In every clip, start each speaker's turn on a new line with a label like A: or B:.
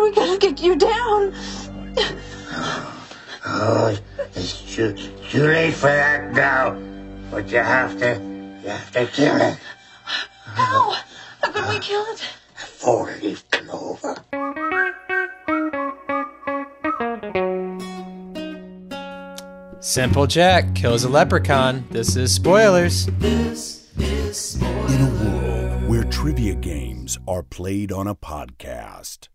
A: we gonna get you down?
B: Oh, it's too, too late for that now. But you have to, you have to kill it.
A: How? How could we kill it?
B: Four leaf clover.
C: Simple Jack kills a leprechaun. This is spoilers.
D: In a world where trivia games are played on a podcast,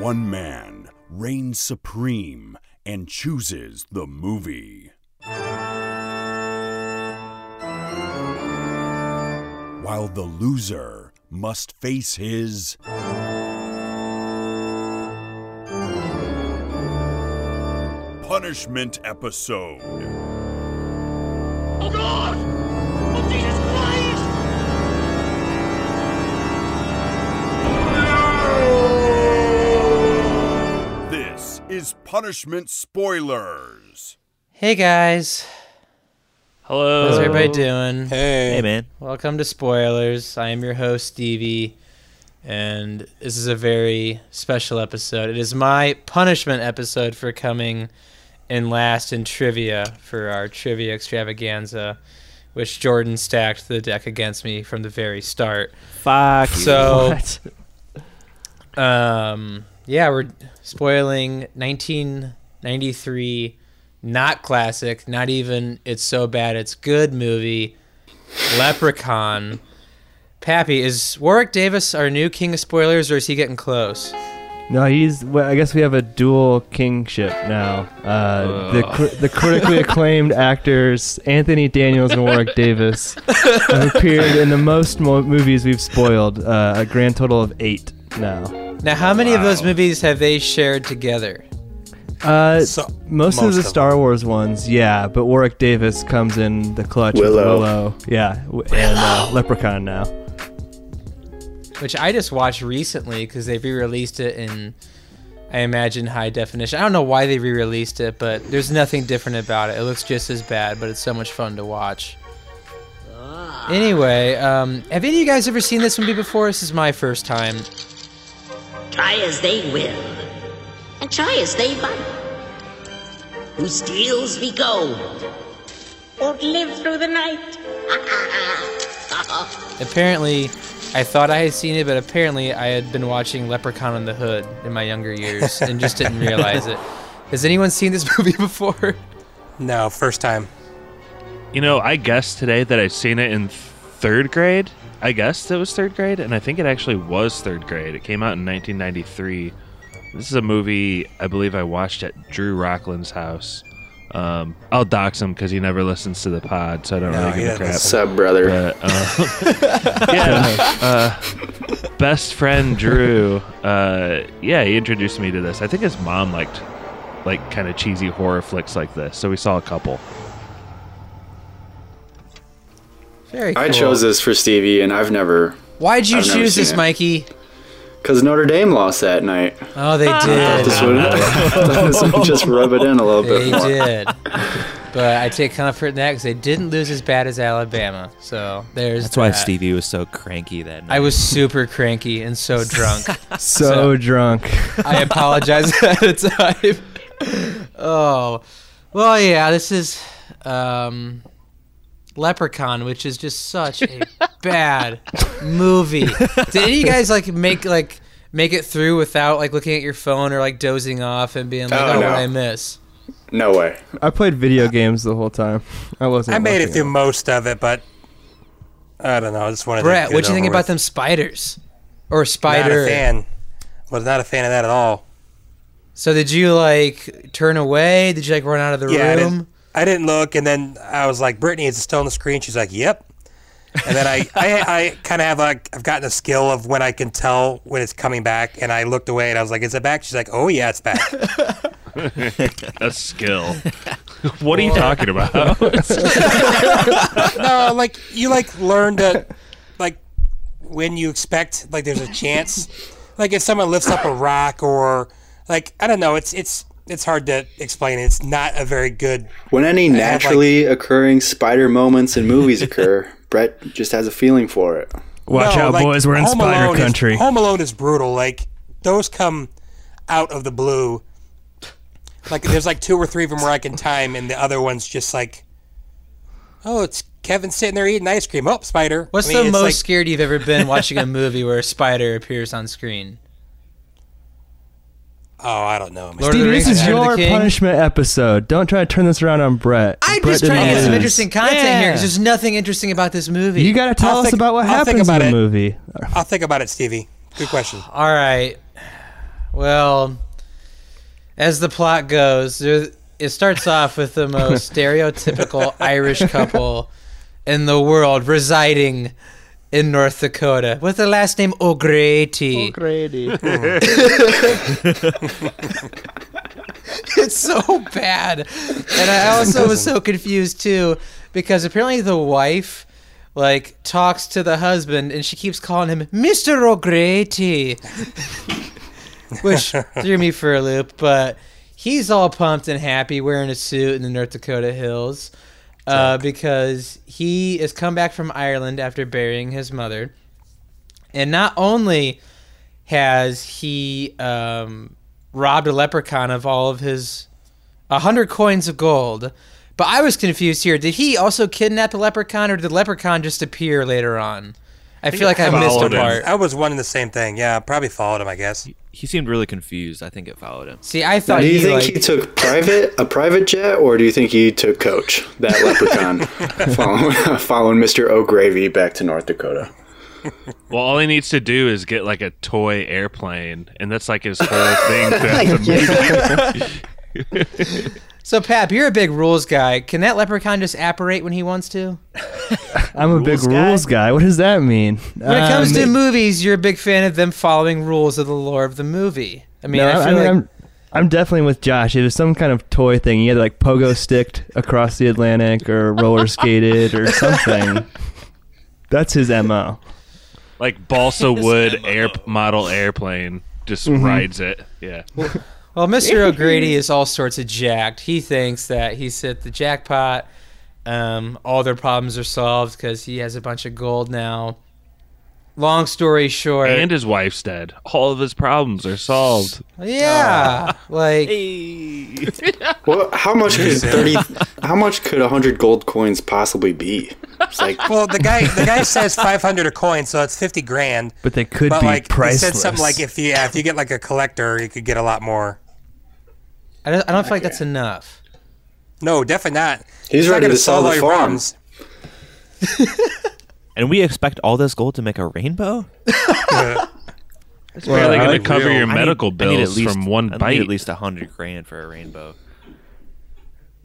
D: one man reigns supreme and chooses the movie. While the loser must face his punishment episode.
E: Oh God! Oh Jesus Christ!
D: This is Punishment Spoilers.
C: Hey guys,
F: Hello.
C: how's everybody doing?
G: Hey.
F: Hey, man.
C: Welcome to spoilers. I am your host Stevie, and this is a very special episode. It is my punishment episode for coming in last in trivia for our trivia extravaganza, which Jordan stacked the deck against me from the very start.
F: Fuck.
C: So-
F: What?
C: Um, yeah, we're spoiling 1993, not classic, not even it's so bad it's good movie, Leprechaun. Pappy, is Warwick Davis our new king of spoilers, or is he getting close?
H: No, he's. Well, I guess we have a dual kingship now. Uh, the cr- the critically acclaimed actors Anthony Daniels and Warwick Davis have appeared in the most mo- movies we've spoiled, uh, a grand total of eight now.
C: Now, how many of those movies have they shared together?
H: Uh,
G: So-
H: most,
G: most
H: of the
G: of
H: Star Wars ones, yeah, but Warwick Davis comes in the clutch
G: Willow.
H: with Willow, yeah, w- and uh, Leprechaun now.
C: Which I just watched recently because they re-released it in, I imagine, high definition. I don't know why they re-released it, but there's nothing different about it. It looks just as bad, but it's so much fun to watch. Anyway, um, have any of you guys ever seen this movie before? This is my first time.
I: Try as they will, and try as they might. Who steals we go, won't live through the night.
C: Apparently, I thought I had seen it, but apparently I had been watching Leprechaun in the Hood in my younger years and just didn't realize it. Has anyone seen this movie before?
G: No, first time.
F: you know, I guessed today that I'd seen it in third grade. I guessed it was third grade, and I think it actually was third grade. It came out in 1993. This is a movie I believe I watched at Drew Rockland's house. Um, I'll dox him because he never listens to the pod, so I don't really
G: he
F: give a
G: doesn't
F: crap.
G: listen.
J: Sub brother.
F: But, uh, yeah, uh, best friend Drew. Uh, yeah, he introduced me to this. I think his mom liked like kind of cheesy horror flicks like this, so we saw a couple.
C: Very cool.
J: I chose this for Stevie, and I've never.
C: Why'd you
J: I've never
C: choose
J: seen
C: this,
J: it.
C: Mikey?
J: Because Notre Dame lost that night.
C: Oh, they did.
J: This would, this would just rub it in a little
C: They
J: bit more.
C: did. But I take comfort in that because they didn't lose as bad as Alabama. So there's
K: That's why
C: that.
K: Stevie was so cranky that night.
C: I was super cranky and so drunk.
H: So,
C: So-
H: drunk.
C: I apologize at a time. Oh, well, yeah. This is um, Leprechaun, which is just such a bad movie. Did any of you guys like make like make it through without like looking at your phone or like dozing off and being like,
J: Oh,
C: "Oh, what
J: no.
C: did I miss?"
J: No way.
H: I played video games the whole time. I wasn't.
G: I made it
H: watching
G: through most of it, but I don't know. I just wanted.
C: Brett,
G: to
C: what do you think about them spiders or
G: Not
C: spider?
G: a fan. Was not a fan of that at all.
C: So did you like turn away? Did you like run out of the
G: Yeah, I
C: room?
G: didn't, I didn't look, and then I was like, "Brittany, is it still on the screen?" She's like, "Yep." And then I, I, I kind of have like I've gotten a skill of when I can tell when it's coming back, and I looked away and I was like, "Is it back?" She's like, "Oh yeah, it's back."
F: A skill. what are you talking about?
G: no, Oh, like you like learn to like when you expect like there's a chance. Like if someone lifts up a rock or like I don't know, it's it's it's hard to explain. It's not a very good
J: When any
G: have, like-
J: naturally occurring spider moments in movies occur, Brett just has a feeling for it.
H: Watch
G: No,
H: out,
G: like,
H: boys. We're in
G: Home
H: spider
G: Alone is-
H: country.
G: Home Alone is brutal. Like those come out of the blue. Like there's like two or three of them where I can time, and the other one's just like, oh, it's Kevin sitting there eating ice cream. Oh, spider.
C: What's
G: I mean,
C: the
G: it's
C: most
G: like-
C: scared you've ever been watching a movie where a spider appears on screen?
G: Oh, I don't know. Man.
C: Lord of
H: Steve,
C: the
H: this
C: Rings,
H: is
C: Return of the
H: your
C: King?
H: punishment episode. Don't try to turn this around on Brett.
C: I'm
H: Brett
C: just trying to
H: didn't
C: get some
H: lose.
C: interesting content here because there's nothing interesting about this movie.
H: You got to tell us about what happens in the movie.
G: I'll think about it, Stevie. Good question.
C: All right. Well, as the plot goes, there, it starts off with the most stereotypical Irish couple in the world residing in North Dakota with the last name O'Grady.
H: O'Grady.
C: it's so bad. And I also was so confused too because apparently the wife like talks to the husband and she keeps calling him Mr. O'Grady, which threw me for a loop. But he's all pumped and happy wearing a suit in the North Dakota hills uh, because he has come back from Ireland after burying his mother. And not only has he um, robbed a leprechaun of all of his 100 coins of gold, but I was confused here. Did he also kidnap the leprechaun, or did the leprechaun just appear later on? I feel like I missed a part.
G: I was wanting the same thing. Yeah, I probably followed him. I guess.
K: He seemed really confused. I think it followed him.
C: See, I
J: Now,
C: thought
J: do you
C: he
J: think
C: like,
J: he took private a private jet, or do you think he took coach that leprechaun following, following Mr. O'Gravy back to North Dakota?
F: Well, all he needs to do is get like a toy airplane, and that's like his whole thing throughout the movie.
C: So, Pap, you're a big rules guy. Can that leprechaun just apparate when he wants to?
H: I'm a big rules guy. What does that mean?
C: When it comes
H: Um,
C: to movies, you're a big fan of them following rules of the lore of the movie. I mean,
H: no,
C: I feel like
H: I'm, I'm definitely with Josh. It was some kind of toy thing. He had like pogo sticked across the Atlantic or roller skated or something. That's his mo.
F: like balsa wood air model airplane just
G: Mm-hmm.
H: Mhm.
F: rides it. Yeah.
C: Well, Mr. O'Grady is all sorts of jacked. He thinks that he's hit the jackpot. Um, all their problems are solved because he has a bunch of gold now. Long story short,
F: And his wife's dead. All of his problems are solved.
C: yeah, like
J: Well, how much could thirty? How much could hundred gold coins possibly be? It's like
G: Well, the guy the guy says 500 a coin, so it's 50 grand.
H: But they could
G: but
H: be
G: like
H: priceless.
G: he said something like if you yeah, if you get like a collector, you could get a lot more.
C: I don't, I don't feel like that's enough.
G: No, definitely not.
J: He's
G: It's not
J: ready
G: gonna
J: to sell
G: all
J: the
G: your
J: farm.
G: problems.
K: And we expect all this gold to make a rainbow?
F: It's barely
K: I
F: going
K: like
F: to cover
K: real-
F: your
K: I need-
F: medical
K: I need at
F: bills
K: least-
F: from one
K: I need
F: bite.
K: at least a hundred grand for a rainbow.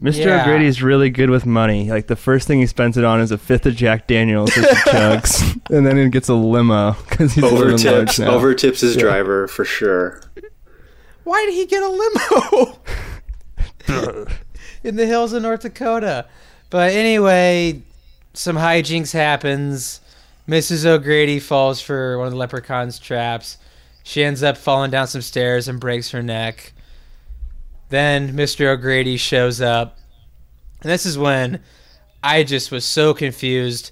H: Mr.
K: Yeah.
H: O'Grady's really good with money. Like the first thing he spends it on is a fifth of Jack Daniels as he chugs, and then he gets a limo because he's
J: over
H: living large
J: tips,
H: now.
J: over tips his
H: Yeah.
J: driver for sure.
C: Why did he get a limo in the hills of North Dakota? But anyway, some hijinks happens. Mrs. O'Grady falls for one of the leprechaun's traps. She ends up falling down some stairs and breaks her neck. Then Mr. O'Grady shows up. And this is when I just was so confused.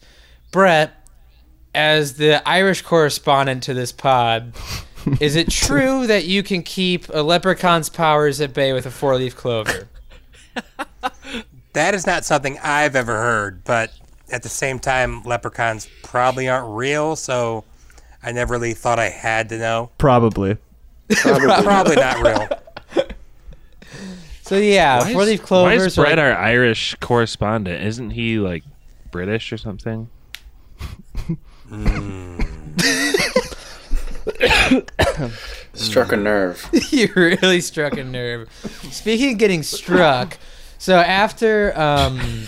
C: Brett, as the Irish correspondent to this pod, is it true that you can keep a leprechaun's powers at bay with a four leaf clover?
G: That is not something I've ever heard, but at the same time, leprechauns probably aren't real, so I never really thought I had to know.
H: Probably.
G: probably not real.
C: So yeah,
F: Why is-
C: four leaf
F: Why
C: clovers.
F: is
C: are
F: Brett
C: like-
F: our Irish correspondent? Isn't he like British or something?
J: Struck a nerve.
C: you really struck a nerve. Speaking of getting struck, so after um,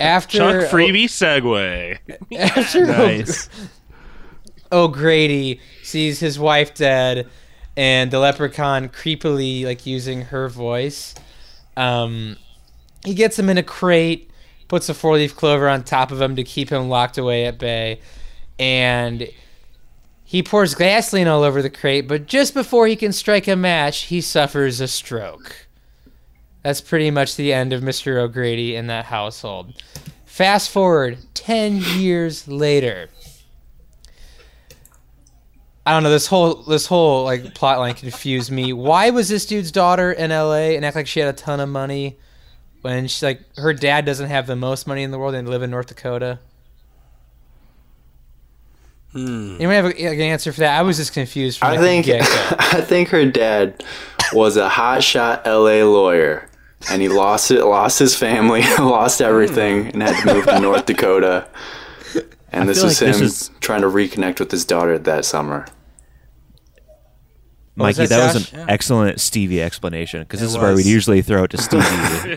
C: after
F: Chuck Freebie segue.
C: after
F: Nice.
C: O'Grady sees his wife dead, and the leprechaun creepily like using her voice, um, he gets him in a crate, puts a four leaf clover on top of him to keep him locked away at bay, and he pours gasoline all over the crate. But just before he can strike a match, he suffers a stroke. That's pretty much the end of Mr. O'Grady in that household. Fast forward 10 years later. I don't know. This whole this whole like plot line confused me. Why was this dude's daughter in L.A. and act like she had a ton of money when she like her dad doesn't have the most money in the world and they live in North Dakota?
G: Hmm.
C: Anyone have a, like, an answer for that? I was just confused. From,
J: I
C: like,
J: think
C: the get-go.
J: I think her dad was a hotshot LA lawyer, and he lost it, lost his family, lost everything, and had to move to North Dakota. And
K: I
J: this
K: feel
J: was
K: like
J: him
K: this is-
J: trying to reconnect with his daughter that summer.
K: Mikey,
J: that,
K: that, was
J: Josh?
K: an
J: Yeah.
K: excellent Stevie explanation because
J: It
K: this is where
J: was.
K: we'd usually throw it to Stevie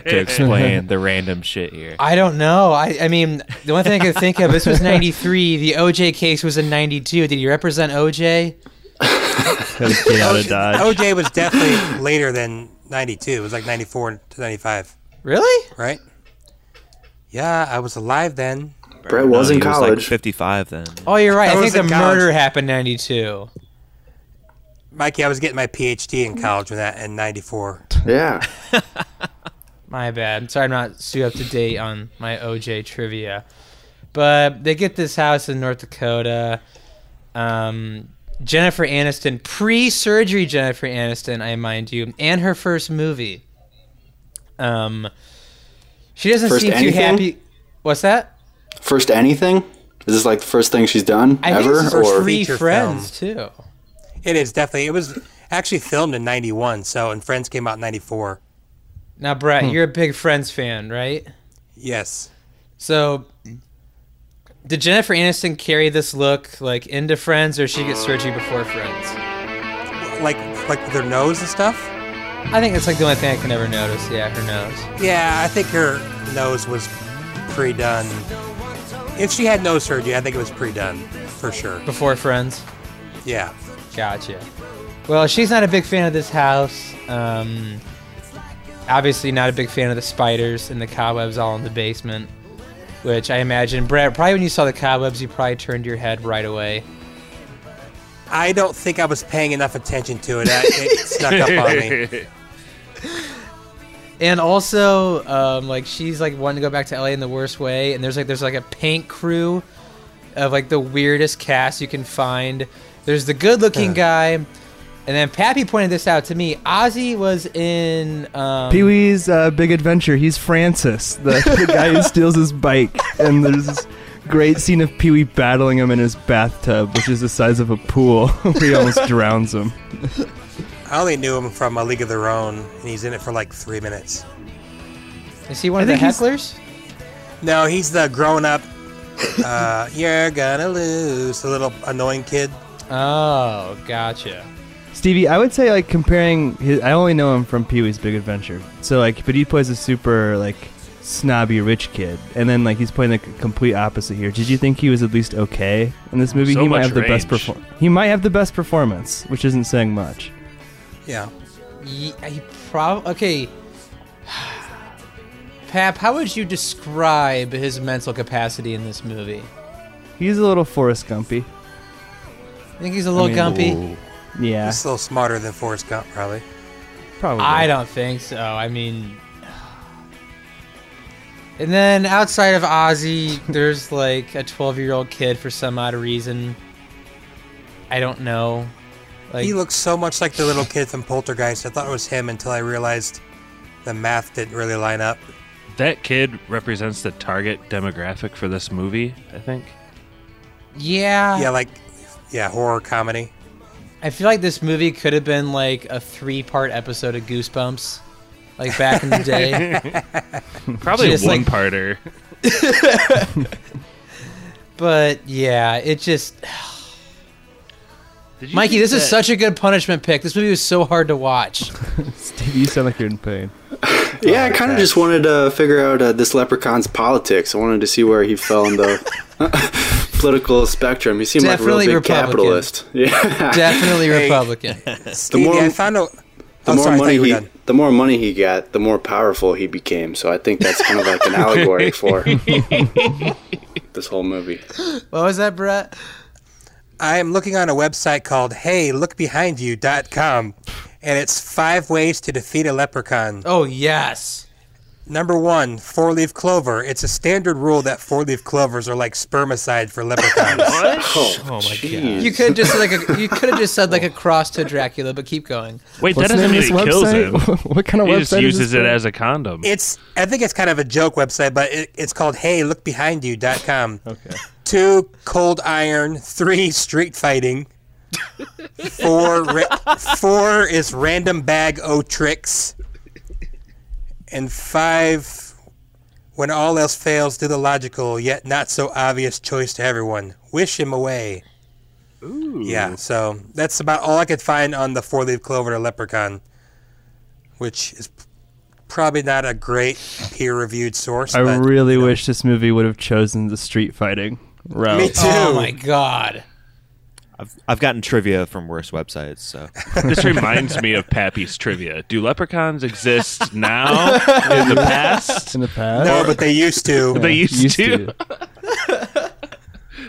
K: to, to explain the random shit here.
C: I don't know. I, I mean, the only thing I could think of this was '93. The OJ case was in '92. Did he represent OJ?
K: Get out of Dodge.
G: OJ was definitely later than 92. It was like 94 to 95.
C: Really?
G: Right? Yeah, I was alive then.
J: Brett was
K: No,
J: in
K: he was, like,
J: college.
K: 55 then.
C: Oh, you're right. I,
G: I
C: think
G: was
C: the
G: in college.
C: murder happened '92.
G: Mikey, I was getting my PhD in college when that in 94.
J: Yeah.
C: My bad. Sorry, I'm not too up to date on my OJ trivia. But they get this house in North Dakota. Um, Jennifer Aniston, pre-surgery Jennifer Aniston, I mind you, and her first movie. Um, she doesn't
J: First
C: seem
J: anything?
C: too happy. What's that?
J: First anything? Is this like the first thing she's done
C: I
J: ever?
C: think it's her
J: or
C: three friends too.
G: It is definitely. It was actually filmed in 91, so, and Friends came out in 94.
C: Now, Brett,
G: Hmm.
C: you're a big Friends fan, right?
G: Yes.
C: So, did Jennifer Aniston carry this look like into Friends, or she get surgery before Friends?
G: Like, like with her nose and stuff?
C: I think that's like the only thing I can ever notice. Yeah, her nose.
G: Yeah, I think her nose was pre done. If she had nose surgery, I think it was pre done for sure.
C: Before Friends.
G: Yeah.
C: Gotcha. Well, she's not a big fan of this house. Um, obviously, not a big fan of the spiders and the cobwebs all in the basement. Which I imagine, Brett, probably when you saw the cobwebs, you probably turned your head right away.
G: I don't think I was paying enough attention to it. I- It snuck up on me.
C: And also, um, like she's like wanting to go back to LA in the worst way, and there's like there's like a paint crew of like the weirdest cast you can find. There's the good-looking guy, and then Pappy pointed this out to me. Ozzy was in um,
H: Pee Wee's uh, Big Adventure. He's Francis, the, the guy who steals his bike. And there's this great scene of Pee Wee battling him in his bathtub, which is the size of a pool. he almost drowns him.
G: I only knew him from A League of Their Own, and he's in it for like three minutes.
C: Is he one of the hecklers?
G: No, he's the grown up. Uh, you're gonna lose. The little annoying kid.
C: Oh, gotcha.
H: Stevie, I would say like comparing his. I only know him from Pee Wee's Big Adventure. So like, but he plays a super like snobby rich kid, and then like he's playing the c- complete opposite here. Did you think he was at least okay in this movie?
F: So
H: he might
F: much
H: have the best
F: range.
H: perform. He might have the best performance, which isn't saying much.
G: Yeah.
C: He, he prob okay. Pap, how would you describe his mental capacity in this movie?
H: He's a little Forrest Gumpy.
C: I think he's a little gumpy.
H: Yeah.
G: He's a little smarter than Forrest Gump, probably.
H: Probably.
C: I don't think so. I mean, and then outside of Ozzy, there's like a 12 year old kid for some odd reason. I don't know. Like,
G: he looks so much like the little kid from Poltergeist. I thought it was him until I realized the math didn't really line up.
F: That kid represents the target demographic for this movie, I think.
C: yeah.
J: Ah.
G: Yeah, like, yeah, horror comedy.
C: I feel like this movie could have been like a three part episode of Goosebumps, like back in the day.
F: Probably
C: Just,
F: a one
C: like-
F: parter.
C: But yeah, it just.
F: Did you
C: Mikey,
F: think
C: this is
F: that-
C: such a good punishment pick. This movie was so hard to watch.
H: Stevie, you sound like you're in pain.
J: Yeah, I kind of just wanted to figure out uh, this leprechaun's politics. I wanted to see where he fell in the political spectrum. He seemed
C: Definitely
J: like a real big
C: Republican.
J: capitalist. Yeah,
C: Definitely
G: Hey.
C: Republican.
G: Stevie,
J: more-
G: I found out.
J: The
G: Oh,
J: more
G: sorry, I thought
J: money
G: you were
J: he,
G: done.
J: the more money he got, the more powerful he became. So I think that's kind of like an allegory for this whole movie.
C: What was that, Brett?
G: I am looking on a website called HeyLookBehindYou.com, and it's five ways to defeat a leprechaun.
C: Oh, yes.
G: Number one, four leaf clover. It's a standard rule that four leaf clovers are like spermicide for leprechauns.
F: what?
C: Oh, my god! You could just like a, you could have just said like a cross to Dracula, but keep going.
F: Wait, that doesn't mean it kills him.
H: what kind of
F: he
H: website
F: just
H: is
F: uses
H: this
F: it
H: for?
F: as a condom.
G: It's I think it's kind of a joke website, but it, it's called Hey Look Behind You com. Okay. Two cold iron, three street fighting, four ra- four is random bag o tricks, and five when all else fails, do the logical yet not so obvious choice to everyone: wish him away.
F: Ooh.
G: Yeah, so that's about all I could find on the four leaf clover to leprechaun, which is probably not a great peer reviewed source.
H: I
G: but
H: really wish this movie would have chosen the street fighting route.
G: Me too.
C: Oh my god!
L: I've, I've gotten trivia from worse websites, so
F: This reminds me of Pappy's trivia. Do leprechauns exist now in the past?
H: In the past?
G: No, Oh, but they used to.
F: They used,
H: Used
F: to.
H: to.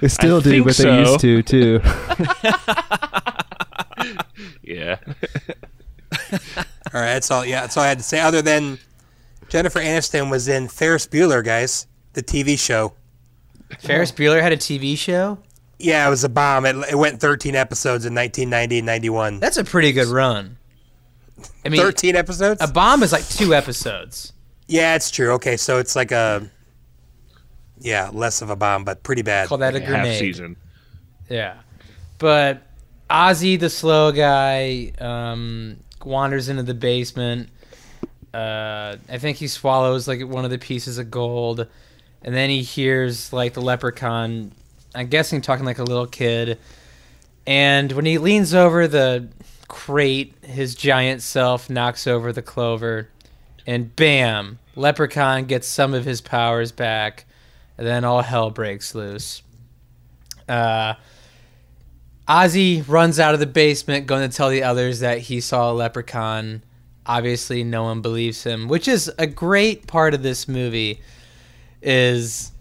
H: They still
F: I
H: do,
F: think
H: but
F: so.
H: they used to too.
F: Yeah.
G: All right, that's all. Yeah, that's all I had to say. Other than Jennifer Aniston was in Ferris Bueller, guys, the TV show.
C: Ferris Bueller had a TV show.
G: Yeah, it was a bomb. It, it went 13 episodes in 1990 and 91.
C: That's a pretty good run. I mean,
G: 13 episodes.
C: a bomb is like two episodes.
G: yeah, it's true. Okay, so it's like a yeah, less of a bomb, but pretty bad.
C: Call that a
F: Half
C: grenade.
F: season.
C: Yeah. But Ozzy, the slow guy, um, wanders into the basement. Uh, I think he swallows like one of the pieces of gold, and then he hears like the leprechaun. I'm guessing talking like a little kid. And when he leans over the crate, his giant self knocks over the clover, and bam! Leprechaun gets some of his powers back, and then all hell breaks loose. Uh, Ozzy runs out of the basement, going to tell the others that he saw a leprechaun. Obviously, no one believes him, which is a great part of this movie. Is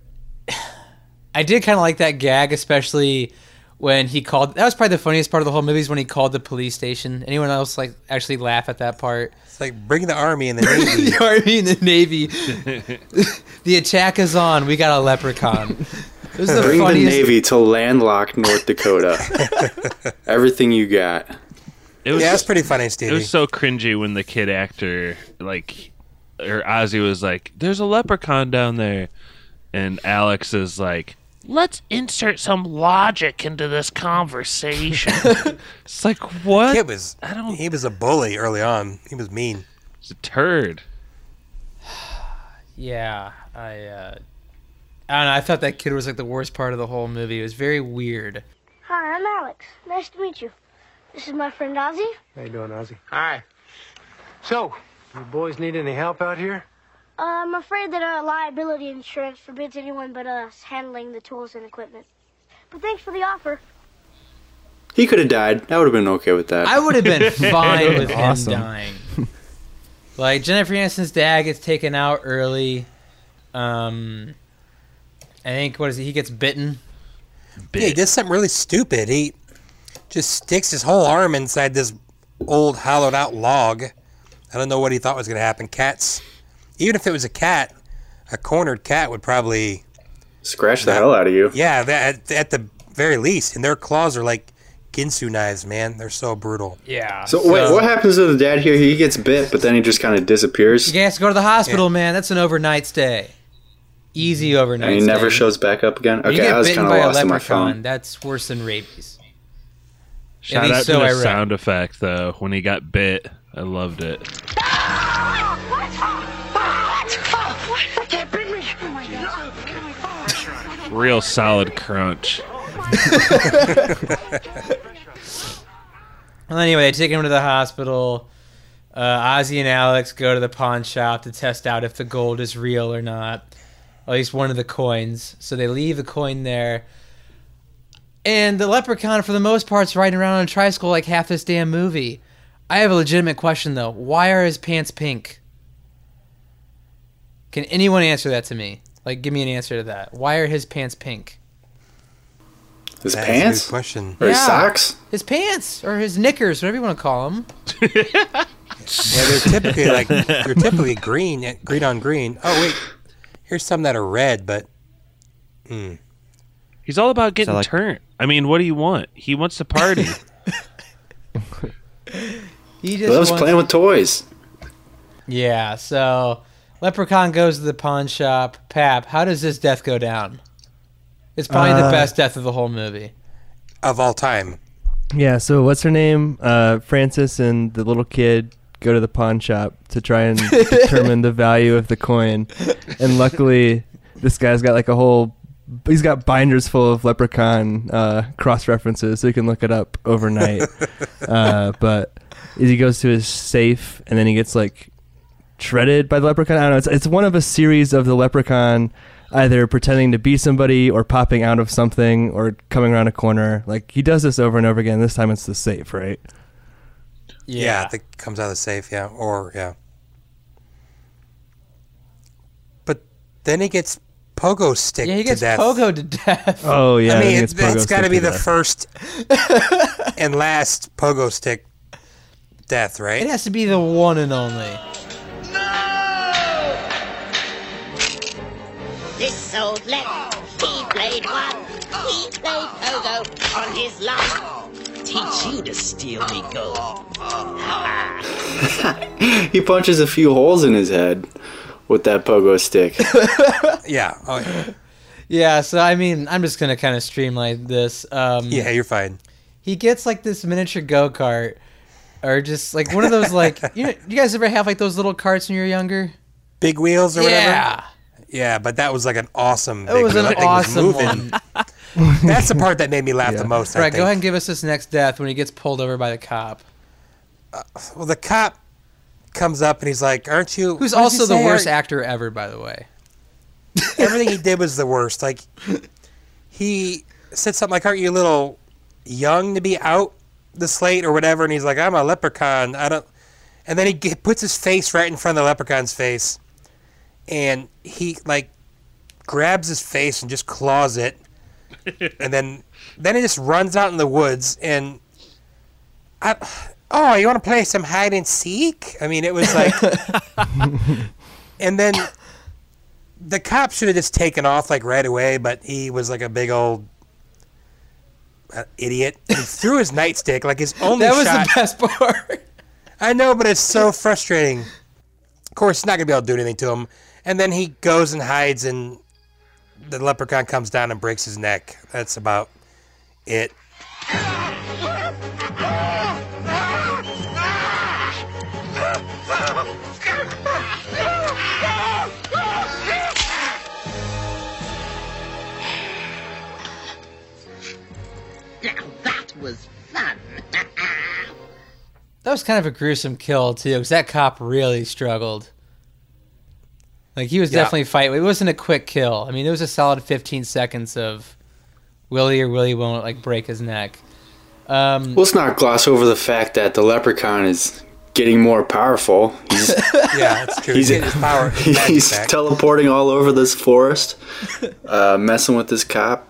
C: I did kind of like that gag, especially when he called. That was probably the funniest part of the whole movie is when he called the police station. Anyone else like actually laugh at that part?
G: It's like bring the army and the navy.
C: the army and the navy. the attack is on. We got a leprechaun. This is the
J: Bring the
C: funniest.
J: Navy to landlocked North Dakota. Everything you got.
F: It was
G: yeah, it's pretty funny,
F: it
G: Stevie.
F: was so cringy when the kid actor like or Ozzy was like, There's a leprechaun down there and Alex is like
E: Let's insert some logic into this conversation.
F: it's like what?
G: Kid was
F: I don't
G: he was a bully early on. He was mean.
F: it's a turd.
C: Yeah, I. Uh, I don't know. I thought that kid was like the worst part of the whole movie. It was very weird.
M: Hi, I'm Alex. Nice to meet you. This is my friend Ozzy.
N: How you doing, Ozzy? Hi. So, you boys need any help out here?
M: Uh, I'm afraid that our liability insurance forbids anyone but us handling the tools and equipment. But thanks for the offer.
J: He could have died. I would have been okay with that.
C: I would have been fine with
J: Awesome.
C: him dying. Like Jennifer Aniston's dad gets taken out early. Um, I think what is it? He gets bitten.
G: Yeah, he does something really stupid. He just sticks his whole arm inside this old hollowed out log. I don't know what he thought was going to happen. Cats, even if it was a cat, a cornered cat would probably
J: Scratch the hell out of you.
G: yeah, that at, at the very least. And their claws are like Ginsu knives, man. They're so brutal.
C: Yeah.
J: So, wait, what happens to the dad here? He gets bit, but then he just kind of disappears.
C: He has to go to the hospital, man. That's an overnight stay. Easy overnight.
J: And he never
C: stay.
J: shows back up again.
C: When you
J: Okay,
C: get
J: I was
C: bitten
J: kind of
C: by a
J: lost in my
C: leprechaun,
J: phone.
C: That's worse than rabies.
F: Shout
C: least
F: out
C: so
F: to the
C: I read.
F: sound effect though when he got bit. I loved it. Real solid crunch.
C: Well, anyway, they take him to the hospital. Uh, Ozzy and Alex go to the pawn shop to test out if the gold is real or not, at least one of the coins. So they leave the coin there. And the leprechaun, for the most part, is riding around on a tricycle like half this damn movie. I have a legitimate question, though. Why are his pants pink? Can anyone answer that to me? Like, give me an answer to that. Why are his pants pink?
J: His
G: That is a good
J: pants?
G: question.
J: Or his
C: Yeah.
J: socks?
C: His pants, or his knickers, whatever you want to call them.
G: Yeah, they're typically like they're typically green, eh, green on green. Oh wait, here's some that are red, but mm.
F: He's all about getting
G: like-
F: turned. I mean, what do you want? He wants to party.
C: He
J: He
C: just
J: loves
C: wants-
J: playing with toys.
C: Yeah, so Leprechaun goes to the pawn shop. Pap, how does this death go down? It's probably the
H: Uh,
C: best death of the whole movie.
G: Of all time.
H: Yeah, so what's her name? Uh, Francis and the little kid go to the pawn shop to try and determine the value of the coin. And luckily, this guy's got like a whole. He's got binders full of leprechaun uh, cross references, so he can look it up overnight. uh, but he goes to his safe, and then he gets like shredded by the leprechaun. I don't know. It's, it's one of a series of the leprechaun either pretending to be somebody or popping out of something or coming around a corner. Like he does this over and over again. This time it's the safe, right?
G: Yeah, I think it comes out of the safe. Yeah, or yeah. But then he gets pogo stick.
C: Yeah, he gets
G: to death.
C: pogoed to death.
H: Oh, yeah,
G: I
H: then he
G: mean,
H: gets
G: it's, it's
H: pogo
G: got to
H: stick
G: be
H: to
G: the
H: death.
G: first and last pogo stick death, right?
C: It has to be the one and only.
I: This old lep, he played one. He played pogo on his life. Teach you to steal me gold.
J: He punches a few holes in his head with that pogo stick.
G: yeah. Oh, yeah.
C: Yeah, so I mean, I'm just gonna kind of streamline this. Um,
G: Yeah, you're fine.
C: He gets like this miniature go kart, or just like one of those like you know, you guys ever have like those little carts when you were younger?
G: Big wheels or whatever.
C: Yeah.
G: Yeah, but that was like an awesome.
C: It
G: big
C: was
G: wheel.
C: an
G: That thing was
C: awesome
G: moving. That's the part that made me laugh the most. I
C: All right, go
G: think.
C: ahead and give us this next death when he gets pulled over by the cop.
G: Well, the cop comes up and he's like, "Aren't you?"
C: Who's
G: what does he
C: also the
G: say?
C: worst
G: Aren't-
C: actor ever, by the way.
G: Everything he did was the worst. Like he said something like, "Aren't you a little young to be out the slate or whatever?" And he's like, "I'm a leprechaun. I don't." And then he g puts his face right in front of the leprechaun's face, and he like grabs his face and just claws it, and then then he just runs out in the woods and. I, oh, you want to play some hide and seek? I mean, it was like, and then the cop should have just taken off like right away, but he was like a big old uh, idiot. He threw his nightstick like his only.
C: That was the
G: shot.
C: best part.
G: I know, but it's so frustrating. Of course, he's not gonna be able to do anything to him. And then he goes and hides, and the leprechaun comes down and breaks his neck. That's about it.
I: Now that was fun.
C: That was kind of a gruesome kill too, because that cop really struggled. Like he was
G: Yeah.
C: definitely fighting. It wasn't a quick kill. I mean, it was a solid 15 seconds of Willie or Willie won't like break his neck. Um,
J: Let's not gloss over the fact that the leprechaun is getting more powerful. He's,
G: yeah, that's true.
J: He's,
G: He's getting his power. his magic
J: he's
G: back.
J: teleporting all over this forest, uh, messing with this cop.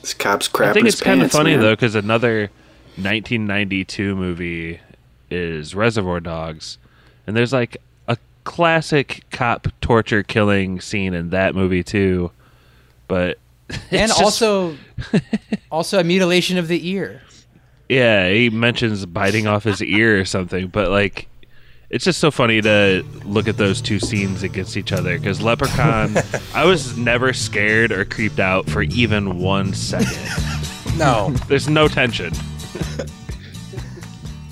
J: This cop's crap
F: I think
J: in his
F: it's kind of
J: pants,
F: funny
J: man.
F: though, because another 1992 movie is Reservoir Dogs, and there's like a classic cop torture killing scene in that movie too, but it's
C: and
F: just-
C: also, also a mutilation of the ear.
F: yeah, he mentions biting off his ear or something, but like. It's just so funny to look at those two scenes against each other because Leprechaun, I was never scared or creeped out for even one second.
G: No.
F: There's no tension.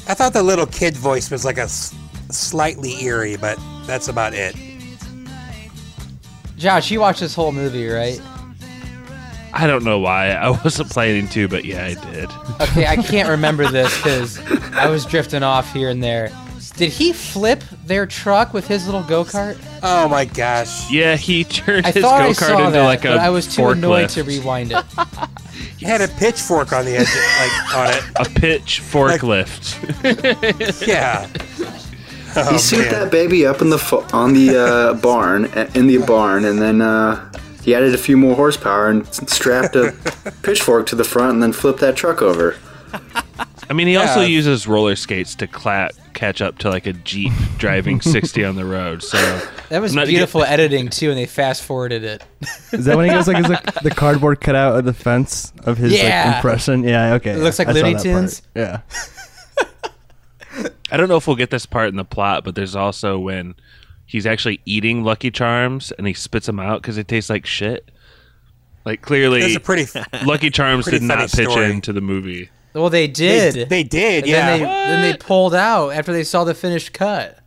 G: I thought the little kid voice was like a s- slightly eerie, but that's about it.
C: Josh, you watched this whole movie, right?
F: I don't know why. I wasn't planning to, but yeah, I did.
C: Okay, I can't remember this because I was drifting off here and there. Did he flip their truck with his little go kart?
G: Oh my gosh!
F: Yeah, he turned
C: I
F: his
C: thought I
F: go
C: saw
F: kart into
C: that,
F: like a
C: but I was too
F: forklift.
C: annoyed to rewind it.
G: He had a pitchfork on the edge, like on it.
F: A pitch forklift.
G: yeah.
C: Oh,
J: he suited that baby up in the fo- on the uh, barn in the barn, and then uh, he added a few more horsepower and s- strapped a pitchfork to the front, and then flipped that truck over.
F: I mean, he also
J: Yeah.
F: uses roller skates to cla- catch up to like a Jeep driving 60 on the road. So
C: That was
F: I'm not-
C: beautiful editing too, and they fast forwarded it.
H: Is that when he goes like, is like the cardboard cutout of the fence of his
C: Yeah.
H: like, impression? Yeah, okay.
C: It looks like
H: I saw
C: Looney
H: that part.
C: Tunes.
H: Yeah.
F: I don't know if we'll get this part in the plot, but there's also when he's actually eating Lucky Charms and he spits them out because they taste like shit. Like clearly,
C: That's a pretty-
F: Lucky Charms
C: pretty
F: did not
C: funny
F: pitch
C: story.
F: into the movie.
C: Well, they did.
G: They, did.
C: And
G: yeah.
C: Then they, then they pulled out after they saw the finished cut.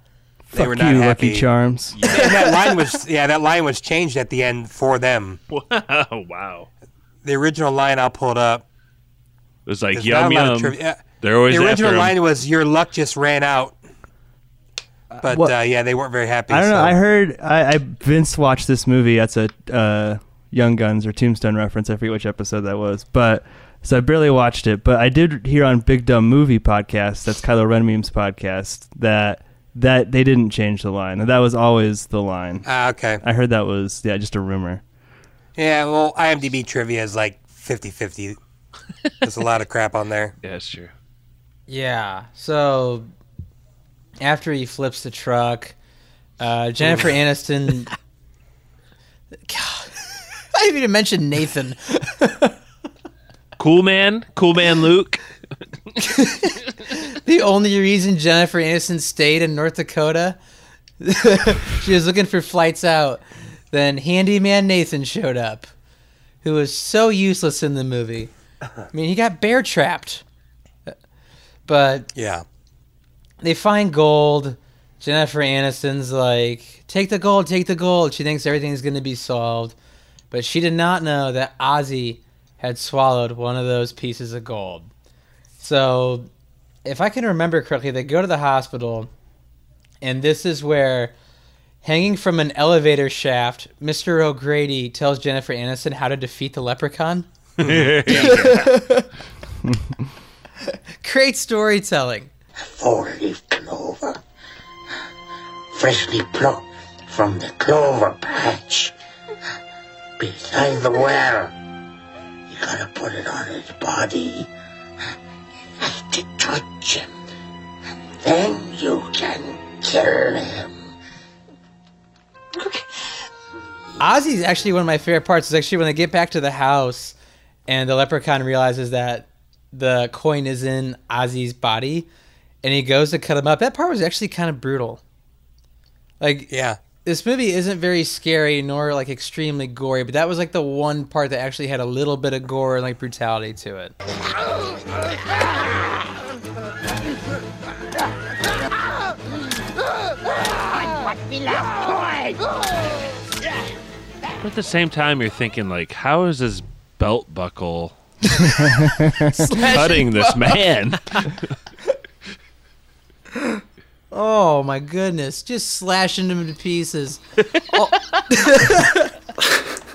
G: They
H: Fuck
G: were not
H: you,
G: happy.
H: Lucky Charms.
G: and that line was yeah, that line was changed at the end for them.
F: Wow, Oh, wow.
G: The original line I'll pull it up.
F: It was like
G: There's
F: yum
G: not a lot of
F: yum.
G: triv- yeah.
F: They're always
G: the
F: after
G: original
F: him.
G: line was your luck just ran out. But
H: what-
G: uh, yeah, they weren't very happy.
H: I don't know.
G: so-
H: I heard I, I Vince watched this movie. That's a uh, Young Guns or Tombstone reference. I forget which episode that was, but so I barely watched it. But I did hear on Big Dumb Movie podcast, that's Kylo Ren memes podcast, that that they didn't change the line. That was always the line.
G: Ah, okay.
H: I heard that was yeah, just a rumor.
G: Yeah, well, IMDb trivia is like 50-50. There's a lot of crap on there.
F: Yeah, it's true.
C: Yeah. So after he flips the truck, uh, Jennifer Aniston. God, I didn't even mention Nathan.
F: Cool man, cool man Luke.
C: the only reason Jennifer Aniston stayed in North Dakota, she was looking for flights out. Then handyman Nathan showed up, who was so useless in the movie. I mean, he got bear trapped. But
G: yeah,
C: they find gold. Jennifer Aniston's like, take the gold, take the gold. She thinks everything's going to be solved. But she did not know that Ozzy had swallowed one of those pieces of gold. So, if I can remember correctly, they go to the hospital, and this is where, hanging from an elevator shaft, Mr. O'Grady tells Jennifer Aniston how to defeat the leprechaun. Great storytelling.
B: Four leaf clover. Freshly plucked from the clover patch. Beside the well. You gotta put it on his body. Have to touch him. Then you can kill him.
C: Ozzy's actually one of my favorite parts. Is actually when they get back to the house, and the leprechaun realizes that the coin is in Ozzy's body, and he goes to cut him up. That part was actually kind of brutal. Like,
G: yeah,
C: this movie isn't very scary nor like extremely gory, but that was like the one part that actually had a little bit of gore and like brutality to it.
I: I want me last coin!
F: But at the same time, you're thinking like, how is his belt buckle cutting this man?
C: Oh my goodness! Just slashing him to pieces.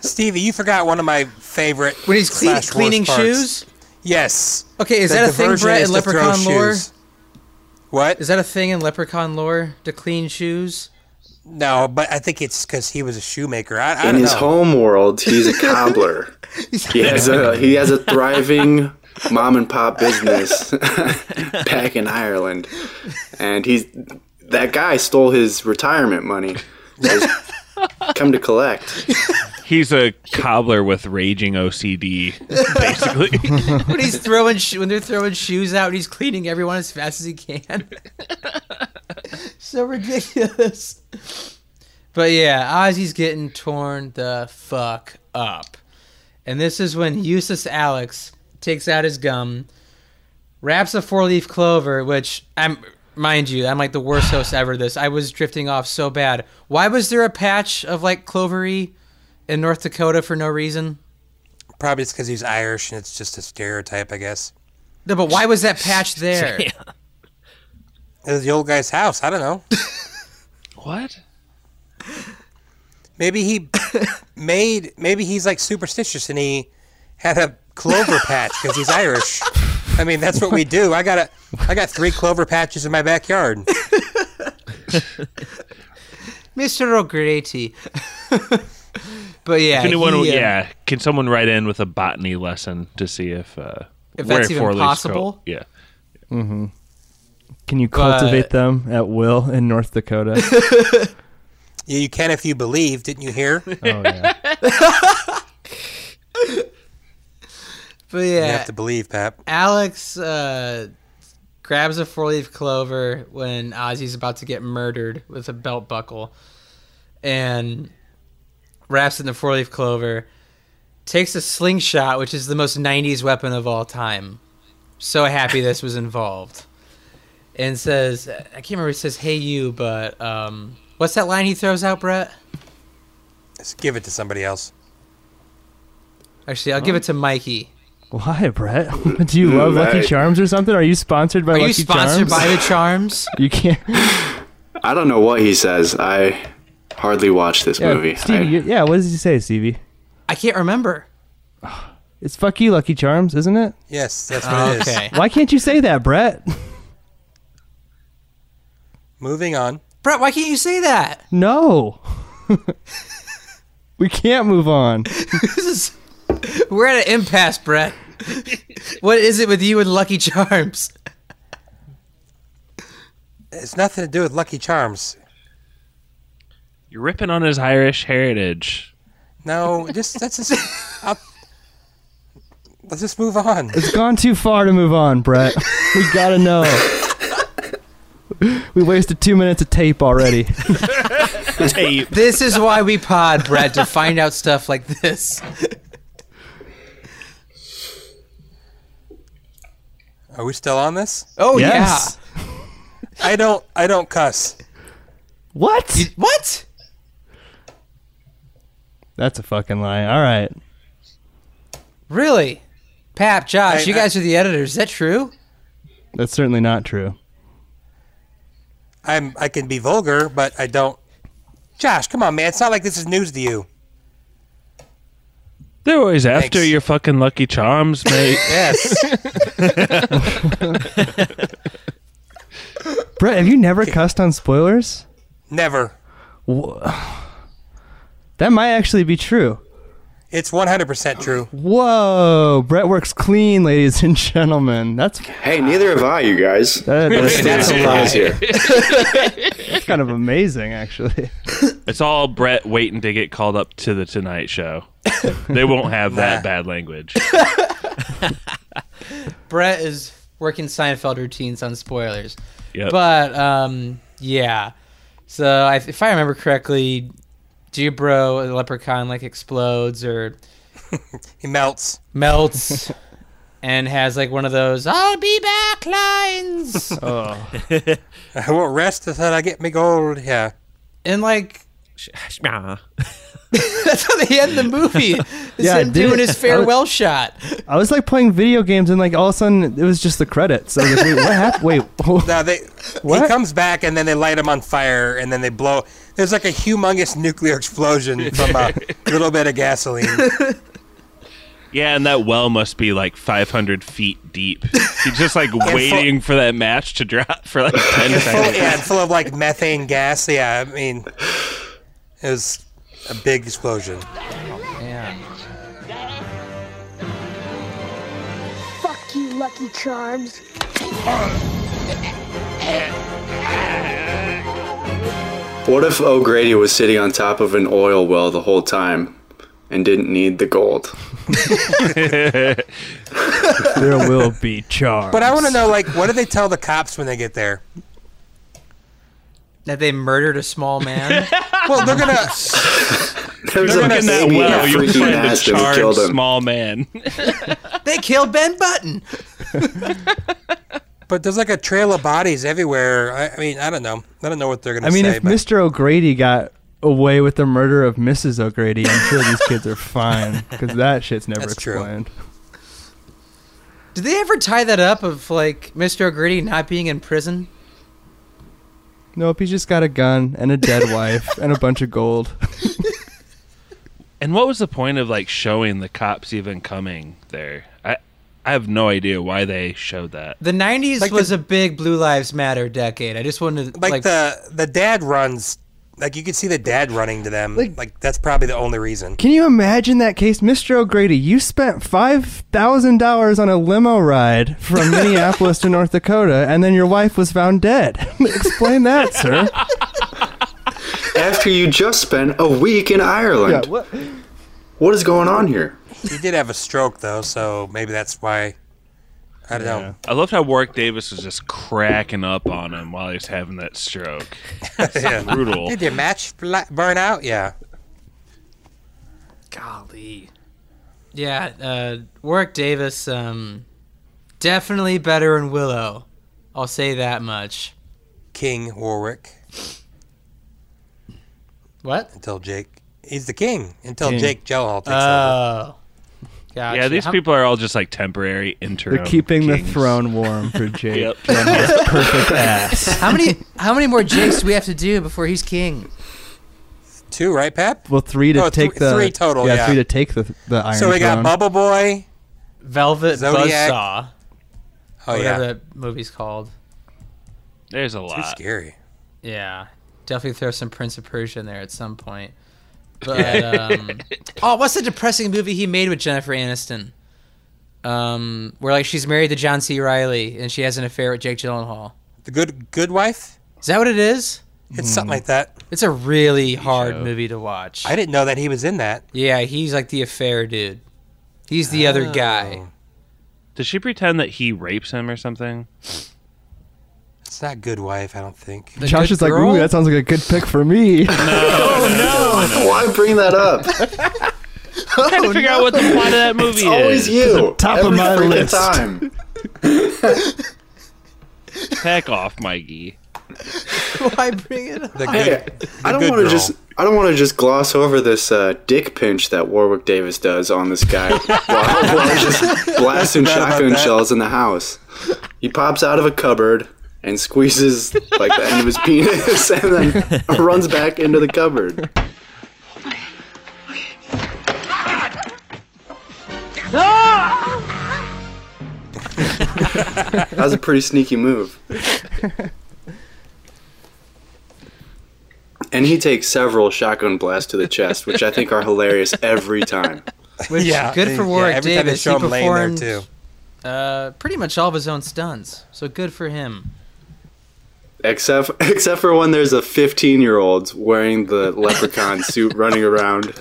G: Stevie, you forgot one of my favorite
C: When he's clean-
G: slash worst
C: cleaning
G: parts.
C: shoes?
G: Yes.
C: Okay, is
G: The
C: that a thing,
G: diversion
C: Brett,
G: is
C: in
G: to throw
C: Leprechaun lore?
G: shoes. What
C: is that a thing in Leprechaun lore to clean shoes?
G: No, but I think it's because he was a shoemaker. I, I
J: In
G: don't
J: his
G: know.
J: home world, he's a cobbler. he has a he has a thriving mom and pop business back in Ireland, and he's that guy stole his retirement money. He's come to collect.
F: He's a cobbler with raging OCD, basically.
C: when he's throwing sho- when they're throwing shoes out and he's cleaning everyone as fast as he can. so ridiculous. But yeah, Ozzy's getting torn the fuck up. And this is when useless Alex takes out his gum, wraps a four leaf clover, which I'm mind you, I'm like the worst host ever this. I was drifting off so bad. Why was there a patch of like clovery in North Dakota for no reason?
G: Probably it's because he's Irish and it's just a stereotype, I guess.
C: No, but why was that patch there?
G: It was the old guy's house. I don't know.
F: what?
G: Maybe he made. Maybe he's like superstitious and he had a clover patch because he's Irish. I mean, that's what we do. I got a. I got three clover patches in my backyard.
C: Mr. O'Grady. but yeah,
F: if anyone,
C: he, uh,
F: yeah, can someone write in with a botany lesson to see if uh,
C: If
F: where
C: that's even
F: four leaves go-
C: possible?
F: Yeah,
H: Mm-hmm. Can you
C: But-
H: cultivate them at will in North Dakota?
G: Yeah, you can if you believe. Didn't you hear? Oh
H: yeah.
C: But yeah,
G: You have to believe, Pap.
C: Alex uh, grabs a four leaf clover when Ozzy's about to get murdered with a belt buckle and wraps it in the four leaf clover, takes a slingshot, which is the most 90s weapon of all time. So happy this was involved. And says, I can't remember, he says, hey, you, but um, what's that line he throws out, Brett?
G: Just give it to somebody else.
C: Actually, I'll give it to Mikey.
H: Why, Brett? Do you
C: Mm,
H: love Lucky
C: I-
H: Charms or something? Are you sponsored by
C: Are
H: Lucky
C: you sponsored
H: Charms?
C: by the Charms?
H: you can't.
J: I don't know what he says. I hardly watched this
H: Yeah,
J: movie.
H: Stevie,
J: I,
H: you- yeah, what does he say, Stevie?
C: I can't remember.
H: It's fuck you, Lucky Charms, isn't it?
G: Yes, that's what it is.
C: Okay.
H: Why can't you say that, Brett?
G: Moving on.
C: Brett, why can't you say that?
H: No. we can't move on.
C: this is we're at an impasse, Brett. what is it with you and Lucky Charms?
G: It's nothing to do with Lucky Charms.
F: You're ripping on his Irish heritage.
G: No, just that's just. I'll, let's just move on.
H: It's gone too far to move on, Brett. We gotta know. we wasted two minutes of tape already.
C: This is why we pod, Brett, to find out stuff like this.
G: Are we still on this?
C: Oh, Yes.
G: yeah. I don't. I don't cuss.
H: What?
C: what?
H: That's a fucking lie. All right.
C: Really? Pap, Josh,
G: I-
C: you
G: I-
C: guys are the editors. Is that true?
H: That's certainly not true.
G: I'm. I can be vulgar, but I don't. Josh, come on, man. It's not like this is news to you.
F: They're always after your fucking Lucky Charms, mate.
G: Yes.
H: Brett, have you never cussed on spoilers?
G: Never.
H: Wha- That might actually be true.
G: It's 100% true.
H: Whoa, Brett works clean, ladies and gentlemen. That's
J: hey, neither have I, you guys.
H: That- that's-
J: That's a lie here.
H: that's kind of amazing, actually.
F: It's all Brett waiting to get called up to the Tonight Show. They won't have that bad language.
C: Brett is working Seinfeld routines on spoilers.
F: Yep.
C: But um, yeah. So I, if I remember correctly, Jubro, the leprechaun, like explodes or
G: he melts,
C: melts, and has like one of those "I'll be back" lines.
G: I won't rest until I get me gold. Yeah.
C: And like. That's how they end the movie. Is
H: Yeah, I
C: him
H: did.
C: doing his farewell shot.
H: I was like playing video games, and like all of a sudden, it was just the credits. I was like, wait, what happened? Wait,
G: Now they he comes back and then they light him on fire and then they blow. There's like a humongous nuclear explosion from a little bit of gasoline.
F: Yeah, and that well must be like 500 feet deep. He's just like
G: full-
F: waiting for that match to drop for like 10
G: Full,
F: seconds.
G: yeah, and full of like methane gas. Yeah, I mean, it was a big explosion.
M: Fuck you, Lucky Charms.
J: What if O'Grady was sitting on top of an oil well the whole time and didn't need the gold?
H: there will be charge.
G: But I want to know, like, what do they tell the cops when they get there?
C: That they murdered a small man.
G: Well, they're gonna.
J: There's
F: Look
J: a
F: in that
J: baby in
F: well.
J: a
F: You'll
J: freaking
F: find a
J: nest and we
F: charmed
J: killed him.
F: small man.
C: they killed Ben Button.
G: But there's like a trail of bodies everywhere. I, I mean, I don't know. I don't know what they're gonna
H: I mean,
G: say.
H: if
G: but
H: Mr. O'Grady got away with the murder of Mrs. O'Grady, I'm sure these kids are fine because that shit's never
G: That's true.
H: explained.
C: Did they ever tie that up of like Mr. O'Grady not being in prison?
H: Nope, he's just got a gun and a dead wife and a bunch of gold.
F: And what was the point of like showing the cops even coming there? I I have no idea why they showed that.
C: The '90s was a big Blue Lives Matter decade. I just wanted to,
G: like, the the dad runs Like you could see the dad running to them. Like, that's probably the only reason.
H: Can you imagine that case, Mr. O'Grady? You spent five thousand dollars on a limo ride from Minneapolis to North Dakota, and then your wife was found dead. Explain that, sir.
J: After you just spent a week in Ireland.
H: Yeah, what-
J: what is going on here?
G: He did have a stroke though, so maybe that's why. I don't know.
F: I loved how Warwick Davis was just cracking up on him while he was having that stroke. It's
G: Yeah.
F: brutal.
G: Did your match fla- burn out? Yeah.
C: Golly. Yeah, uh, Warwick Davis, um, definitely better in Willow. I'll say that much.
G: King Warwick.
C: What?
G: Until Jake, he's the king. Until
F: King.
G: Jake Gyllenhaal takes
H: Uh,
C: Oh.
G: over.
F: Yeah, these people are all just like temporary interim.
H: They're keeping the
F: kings.
H: throne warm for Jake.
F: Yep.
H: Gyllenhaal's perfect ass.
O: How many how many more jakes do we have to do before he's king?
G: Two, right, Pap?
H: Well, three to
O: Oh,
H: take
O: three-
H: the
O: three total,
H: Yeah,
O: yeah.
H: three to take the the iron.
G: So we got
H: Throne.
G: Bubble Boy,
C: Velvet
G: Zodiac.
C: Buzzsaw.
G: Oh,
C: Whatever
G: yeah.
C: that movie's called.
F: There's a lot.
G: scary.
C: Yeah. Definitely throw some Prince of Persia in there at some point. But um, oh, what's the depressing movie he made with Jennifer Aniston? Um, where like she's married to John C. Riley and she has an affair with Jake Gyllenhaal.
G: The Good Good Wife.
C: Is that what it is?
G: It's
H: Mm-hmm.
G: something like that.
C: It's a really hard movie to watch.
G: I didn't know that he was in that.
C: Yeah, he's like the affair dude. He's the
G: Oh.
C: other guy.
F: Does she pretend that he rapes him or something?
G: It's not Good Wife, I don't think.
H: Josh is like, ooh, that sounds like a good pick for me.
J: no. Why bring that up?
F: I'm trying to figure out what the plot of that movie
J: It's always
F: is.
J: you.
H: Top
J: every
H: of my
J: freaking
H: list.
J: Time.
F: Heck off, Mikey.
C: Why bring it up?
J: Hey, I don't want to just. I don't want to just gloss over this uh, dick pinch that Warwick Davis does on this guy while, while he's just blasting
G: Forgot about
J: shotgun
G: that.
J: shells in the house. He pops out of a cupboard and squeezes like the end of his penis, and then runs back into the cupboard. That was a pretty sneaky move. And he takes several shotgun blasts to the chest, which I think are hilarious every time.
C: Which
G: Yeah,
C: good for
G: yeah,
C: Warwick
G: every time they
C: Davis.
G: show
C: he
G: him laying there,
C: performed
G: too.
C: Uh, pretty much all of his own stunts. So good for him.
J: Except except for when there's a 15 year old wearing the leprechaun suit running around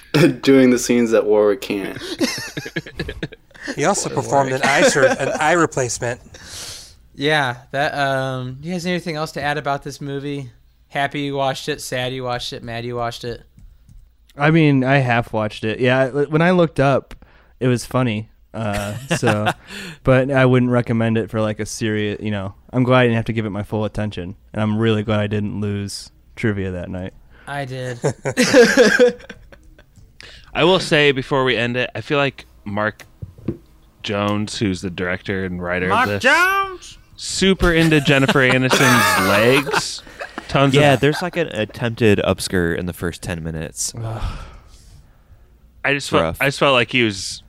J: doing the scenes that Warwick can't.
G: He also performed an eye sur- an eye replacement.
C: Yeah, that. Um, you guys have anything else to add about this movie? Happy you watched it. Sad you watched it. Mad you watched it.
H: I mean, I half watched it. Yeah, I- when I looked up, it was funny. Uh, so, but I wouldn't recommend it for like a serious. You know, I'm glad I didn't have to give it my full attention, and I'm really glad I didn't lose trivia that night.
C: I did.
F: I will say before we end it, I feel like Mark Jones, who's the director and writer
E: Mark
F: of this,
E: Jones?
F: super into Jennifer Aniston's legs. Tons
L: yeah,
F: of
L: there's like an attempted upskirt in the first ten minutes.
F: I just felt
L: rough.
F: I just felt like he was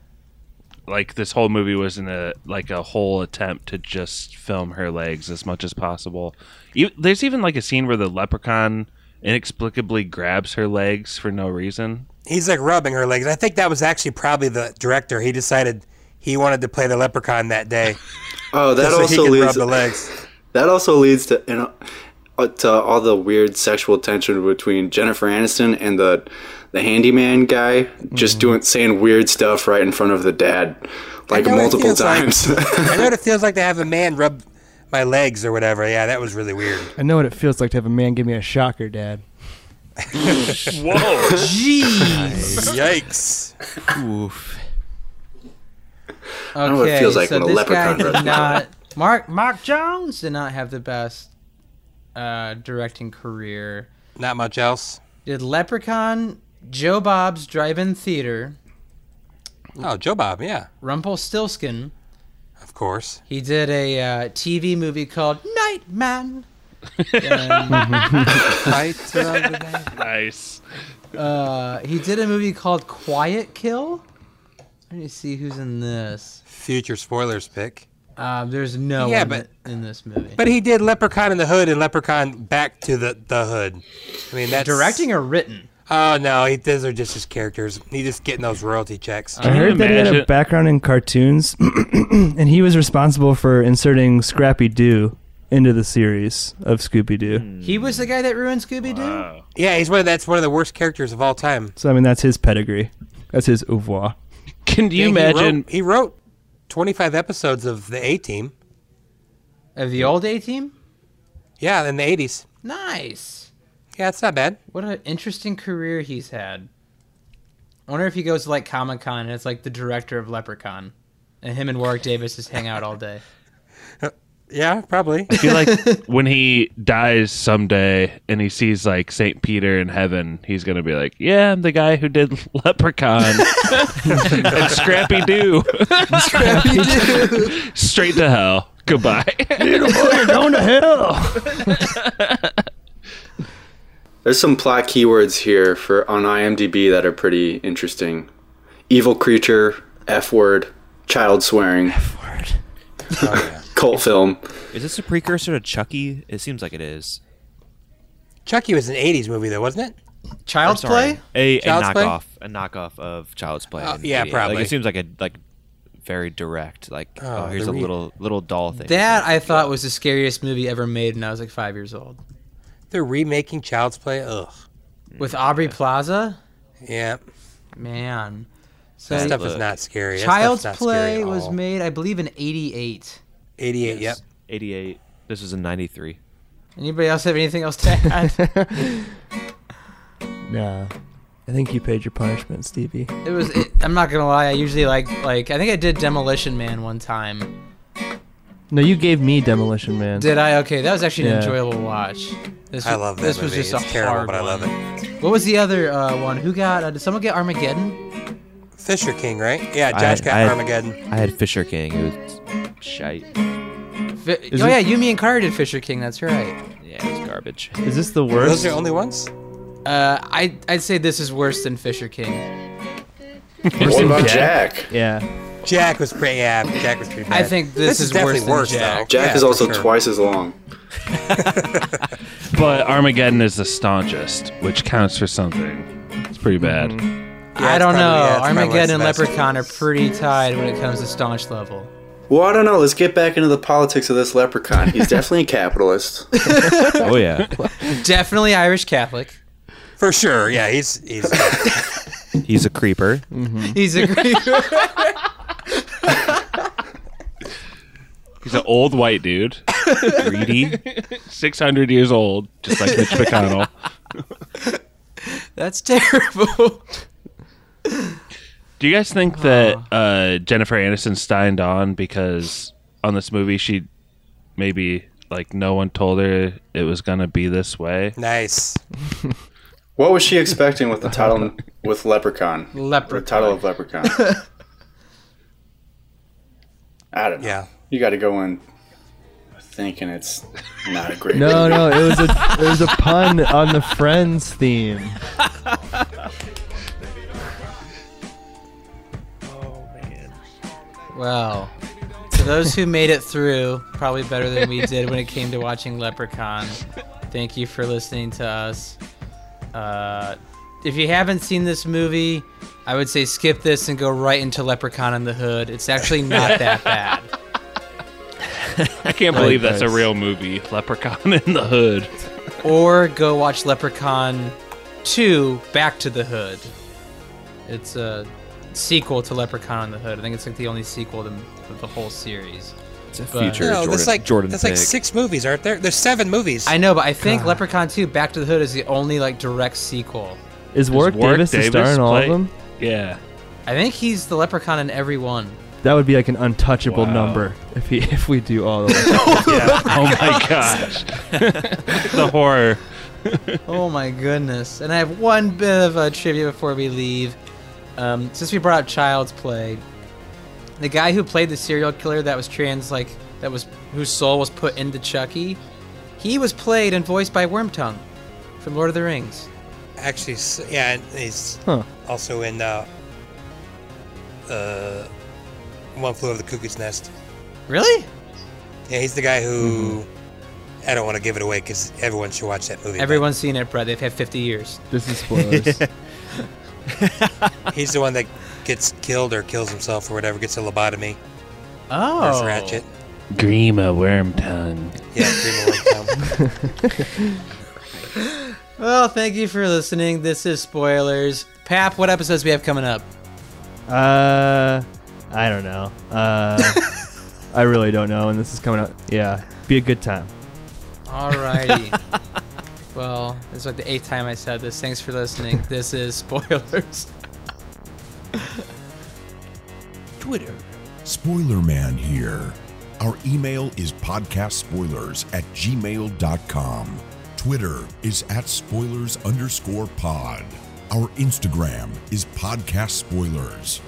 F: like this whole movie was in a like a whole attempt to just film her legs as much as possible. E there's even like a scene where the leprechaun inexplicably grabs her legs for no reason.
G: He's like rubbing her legs. I think that was actually probably the director. He decided he wanted to play the leprechaun that day.
J: Oh, that
G: Just so he
J: also
G: could
J: leads
G: rub the legs.
J: That also leads to you know, uh, to all the weird sexual tension between Jennifer Aniston and the the handyman guy,
G: Mm-hmm.
J: just doing saying weird stuff right in front of the dad, like
G: know it
J: multiple
G: feels like-
J: times.
G: I know what it feels like to have a man rub my legs or whatever. Yeah, that was really weird.
H: I know what it feels like to have a man give me a shocker, Dad.
G: Whoa!
C: Jeez.
G: Yikes!
L: Oof.
C: Okay,
J: I know what it feels like
C: so
J: when a
C: this
J: leprechaun runs
C: guy did
J: my
C: not. Mark Mark Jones did not have the best uh, directing career.
G: Not much else.
C: Did Leprechaun, Joe Bob's Drive-In Theater,
G: Oh, Joe Bob, yeah,
C: Rumpelstiltskin.
G: of course.
C: He did a uh, TV movie called Nightman.
G: Fight around the
F: nice.
C: Uh, he did a movie called Quiet Kill. Let me see who's in this.
G: Future spoilers pick.
C: Uh, there's no
G: Yeah,
C: one
G: but-
C: in this movie.
G: But he did Leprechaun in the Hood and Leprechaun Back to the, the Hood. I mean, that's
C: directing or written.
G: Oh no, he, those are just his characters. He just getting those royalty checks.
H: I heard that he had a background in cartoons, and he was responsible for inserting Scrappy Doo into the series of Scooby Doo.
C: He was the guy that ruined Scooby Doo.
G: Yeah, he's one of that's one of the worst characters of all time.
H: So I mean, that's his pedigree. That's his au revoir.
F: Can
G: Yeah, He wrote, he wrote 25 episodes of the A Team.
C: Of the old A Team?
G: Yeah, in the 80s.
C: Nice.
G: Yeah, it's not bad.
C: What an interesting career he's had. I wonder if he goes to like Comic Con and it's like the director of Leprechaun, and him and Warwick Davis just hang out all day.
G: Yeah, probably.
F: I feel like when he dies someday and he sees like Saint Peter in heaven, he's gonna be like, "Yeah, I'm the guy who did Leprechaun and Scrappy Doo." Scrappy Doo. Straight to hell. Goodbye.
H: you're going to hell.
J: There's some plot keywords here for on IMDb that are pretty interesting. Evil creature, F word, child swearing. F word. Cult film.
L: Is this a precursor to Chucky? It seems like it is.
G: Chucky was an 80s movie, though, wasn't it?
C: Child's
L: Or sorry, A, a
G: Child's Play?
L: knockoff, a knockoff of Child's Play.
G: Oh,
L: in
G: yeah,
L: 88.
G: probably.
L: Like, it seems like a like very direct. Like, oh,
C: Oh,
L: here's
C: the
L: a
C: re-
L: little little doll thing.
C: That I thought was the scariest movie ever made when I was like five years old.
G: They're remaking Child's Play. Ugh.
C: With
G: Mm,
C: Aubrey Plaza?
G: Yeah.
C: Man.
G: That stuff is not scary. That
C: Child's
G: stuff's not
C: Play
G: scary at
C: was
G: all.
C: made, I believe, in 88.
G: 88,
L: Yes. 88. This is in 93.
C: Anybody else have anything else to add?
H: Nah, I think you paid your punishment, Stevie.
C: It was. It, I'm not gonna lie. I usually like like I think I did Demolition Man one time.
H: No, you gave me Demolition Man.
C: Did I? Okay, that was actually an
H: Yeah.
C: enjoyable watch. This
G: I
C: was-
G: love that
C: This was
G: movie.
C: just
G: It's
C: a
G: terrible,
C: hard
G: but I love
C: one. What was the other uh, one? Who got? Uh, did someone get Armageddon?
G: Fisher King, right? Yeah, Josh got Armageddon.
L: I had Fisher King. It was shite.
C: Fi-
L: Is
C: oh
L: it-
C: yeah, you, me, and Carter did Fisher King. That's right.
L: Yeah, it was garbage.
H: Is this the
G: Were
H: worst?
G: Those are the only ones?
C: Uh, I I'd say this is worse than Fisher King.
J: What about Jack?
H: Yeah.
G: Jack was pretty. Yeah, Jack was pretty. Bad.
C: I think this is worse
G: definitely
C: than Jack.
G: though.
J: Jack
G: Yeah,
J: is
G: for
J: also
G: sure.
J: twice as long.
F: but Armageddon is the staunchest, which counts for something. It's pretty bad.
J: Yeah,
C: I
J: it's
C: don't
J: probably-
C: know.
J: yeah, it's probably
C: Armageddon and
J: one of the best.
C: Leprechaun are pretty tied when it comes to staunch level.
J: Well, I don't know. Let's get back into the politics of this leprechaun. He's definitely a capitalist.
L: oh yeah,
C: Definitely Irish Catholic.
G: For sure. Yeah, he's he's.
L: He's a creeper.
C: He's a
F: He's an old white dude, greedy, six hundred years old, just like Mitch McConnell.
C: That's terrible.
F: Do you guys think that uh, Jennifer Aniston signed on because on this movie she maybe like no one told her it was gonna be this way?
G: Nice.
J: What was she expecting with the title with leprechaun?
C: Leprechaun.
J: The title of leprechaun. I don't know. Yeah. You got to go in thinking it's not a great.
H: No,
J: movie.
H: no, it was a it was a pun on the Friends theme.
C: Well, to those who made it through, probably better than we did when it came to watching Leprechaun. Thank you for listening to us. Uh, if you haven't seen this movie, I would say skip this and go right into Leprechaun in the Hood. It's actually not that bad.
F: I can't
C: Like
F: believe that's a
C: this.
F: real movie, Leprechaun in the Hood.
C: Or go watch Leprechaun 2 Back to the Hood. It's a sequel to Leprechaun in the Hood. I think it's like the only sequel to to the whole series. It's a
L: feature,
G: no,
L: Jordan-
G: there's like
L: Jordan
G: there's like
L: Pig.
G: six movies, aren't there? There's seven movies.
C: I know, but I think Leprechaun 2 Back to the Hood is the only like direct sequel.
H: Is Warwick Davis the star in all of them?
F: Yeah.
C: I think he's the leprechaun in every one.
H: That would be like an untouchable number if he if we do all of them.
F: Oh my gosh. the horror.
C: oh my goodness. And I have one bit of uh, trivia before we leave. Um, since we brought up Child's Play, the guy who played the serial killer that was trans, like, that was whose soul was put into Chucky, he was played and voiced by Wormtongue from Lord of the Rings.
G: Actually, s- yeah, and he's
C: Huh.
G: also in uh, uh, One Flew Over the Cuckoo's Nest.
C: Really?
G: Yeah, he's the guy who.
N: Mm-hmm.
G: I don't want to give it away because everyone should watch that movie. but
C: Everyone's seen it, bro. They've had 50 years.
H: This is spoilers.
G: he's the one that gets killed or kills himself or whatever, gets a lobotomy.
C: Oh.
G: There's Ratchet.
K: Dream a worm tongue.
G: Yeah, dream
K: a worm
C: well, thank you for listening. This is spoilers. Pap, what episodes we have coming up?
H: Uh, I don't know. Uh, I really don't know. And this is coming out. Yeah, be a good time.
C: Alrighty. well, this is like the eighth time I said this. Thanks for listening. This is spoilers.
D: Twitter. Spoiler Man here. Our email is podcastspoilers at gmail.com. Twitter is at spoilers underscore pod. Our Instagram is podcast spoilers.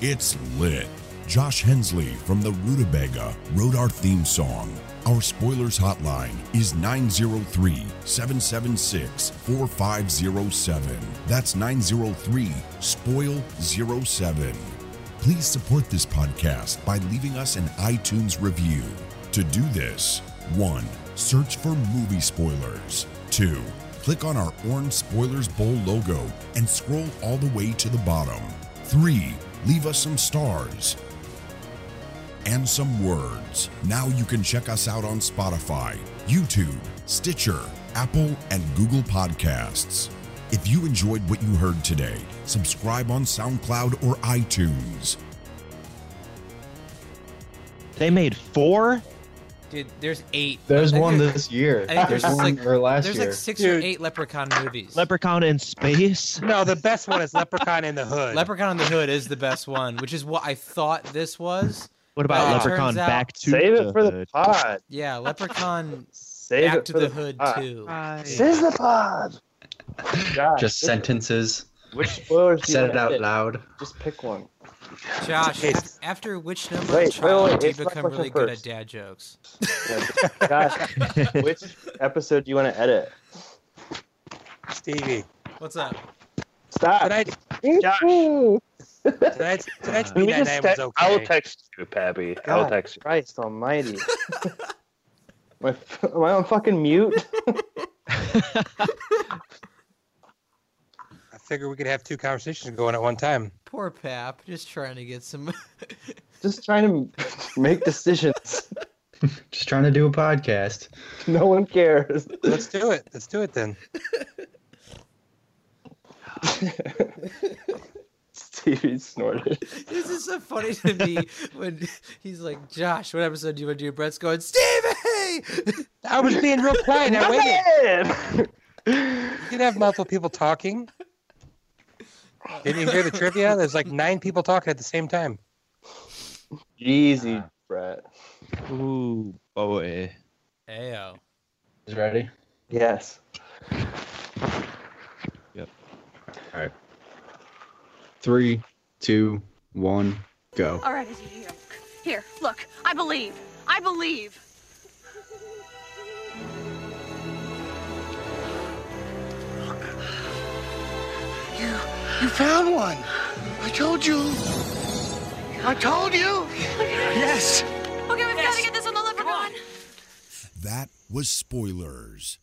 D: It's lit. Josh Hensley from the Rutabaga wrote our theme song. Our spoilers hotline is 903 776 4507. That's 903 Spoil 07. Please support this podcast by leaving us an iTunes review. To do this, 1. Search for movie spoilers. 2. Click on our orange Spoilers Bowl logo and scroll all the way to the bottom. 3. Leave us some stars and some words. Now you can check us out on Spotify, YouTube, Stitcher, Apple, and Google Podcasts. If you enjoyed what you heard today, subscribe on SoundCloud or iTunes.
P: They made four.
C: Dude, there's eight.
P: There's
C: I think
P: one
C: there-
P: this year.
C: I think
P: There's
C: there's just like,
P: one or last
C: there's
P: year.
C: like six or eight Leprechaun movies.
P: Leprechaun in space.
G: No, the best one is Leprechaun in the Hood.
C: Leprechaun on the Hood is the best one, which is what I thought this was.
P: What about
C: but it
P: Leprechaun
C: Uh, turns out-
P: Back to Save it the for the Hood? pod.
C: Yeah, Leprechaun
P: Save
C: Back
P: it
C: to
P: for
C: the,
P: the
C: Hood
P: pod.
C: too.
P: Save
N: the pod.
P: Just sentences.
N: Which spoilers? do you
P: Said
N: wanna
P: it out
N: pick?
P: loud.
N: Just pick one.
C: Josh, af- after which number
N: Wait,
C: of
N: wait,
C: child
N: wait,
C: do you
N: it's not
C: become
N: question
C: really good at
N: first.
C: dad jokes?
N: Josh, which episode do you want to edit?
G: Stevie.
C: What's up?
N: Stop.
G: Tonight,
N: Josh.
G: tonight's, tonight's
N: Can we
G: B99
N: just
G: was
N: te-
G: okay.
N: I will
K: text you, Pappy.
N: God Christ almighty. My, am I on fucking mute?
G: I figure we could have two conversations going at one time.
C: Poor Pap, just trying to get some.
N: Just trying to make decisions.
P: Just trying to do a podcast.
N: No one cares.
G: Let's do it. Let's do it then.
N: Stevie snorted.
C: this is so funny to me when he's like, Josh, what episode do you want to do? Brett's going, Stevie!
G: I was being real quiet. I waited.
N: you
G: can have multiple people talking. Didn't you hear the trivia? There's like nine people talking at the same time.
N: Easy, Brett.
P: Ooh, boy.
C: Ayo.
P: Is ready?
N: Yes.
P: Yep. All right. Three, two, one, go.
Q: All right, here. Here, look. I believe. I believe.
N: You found one. I told you. I told you. Yes.
Q: Okay, we've got to get this on the leprechaun.
D: That was spoilers.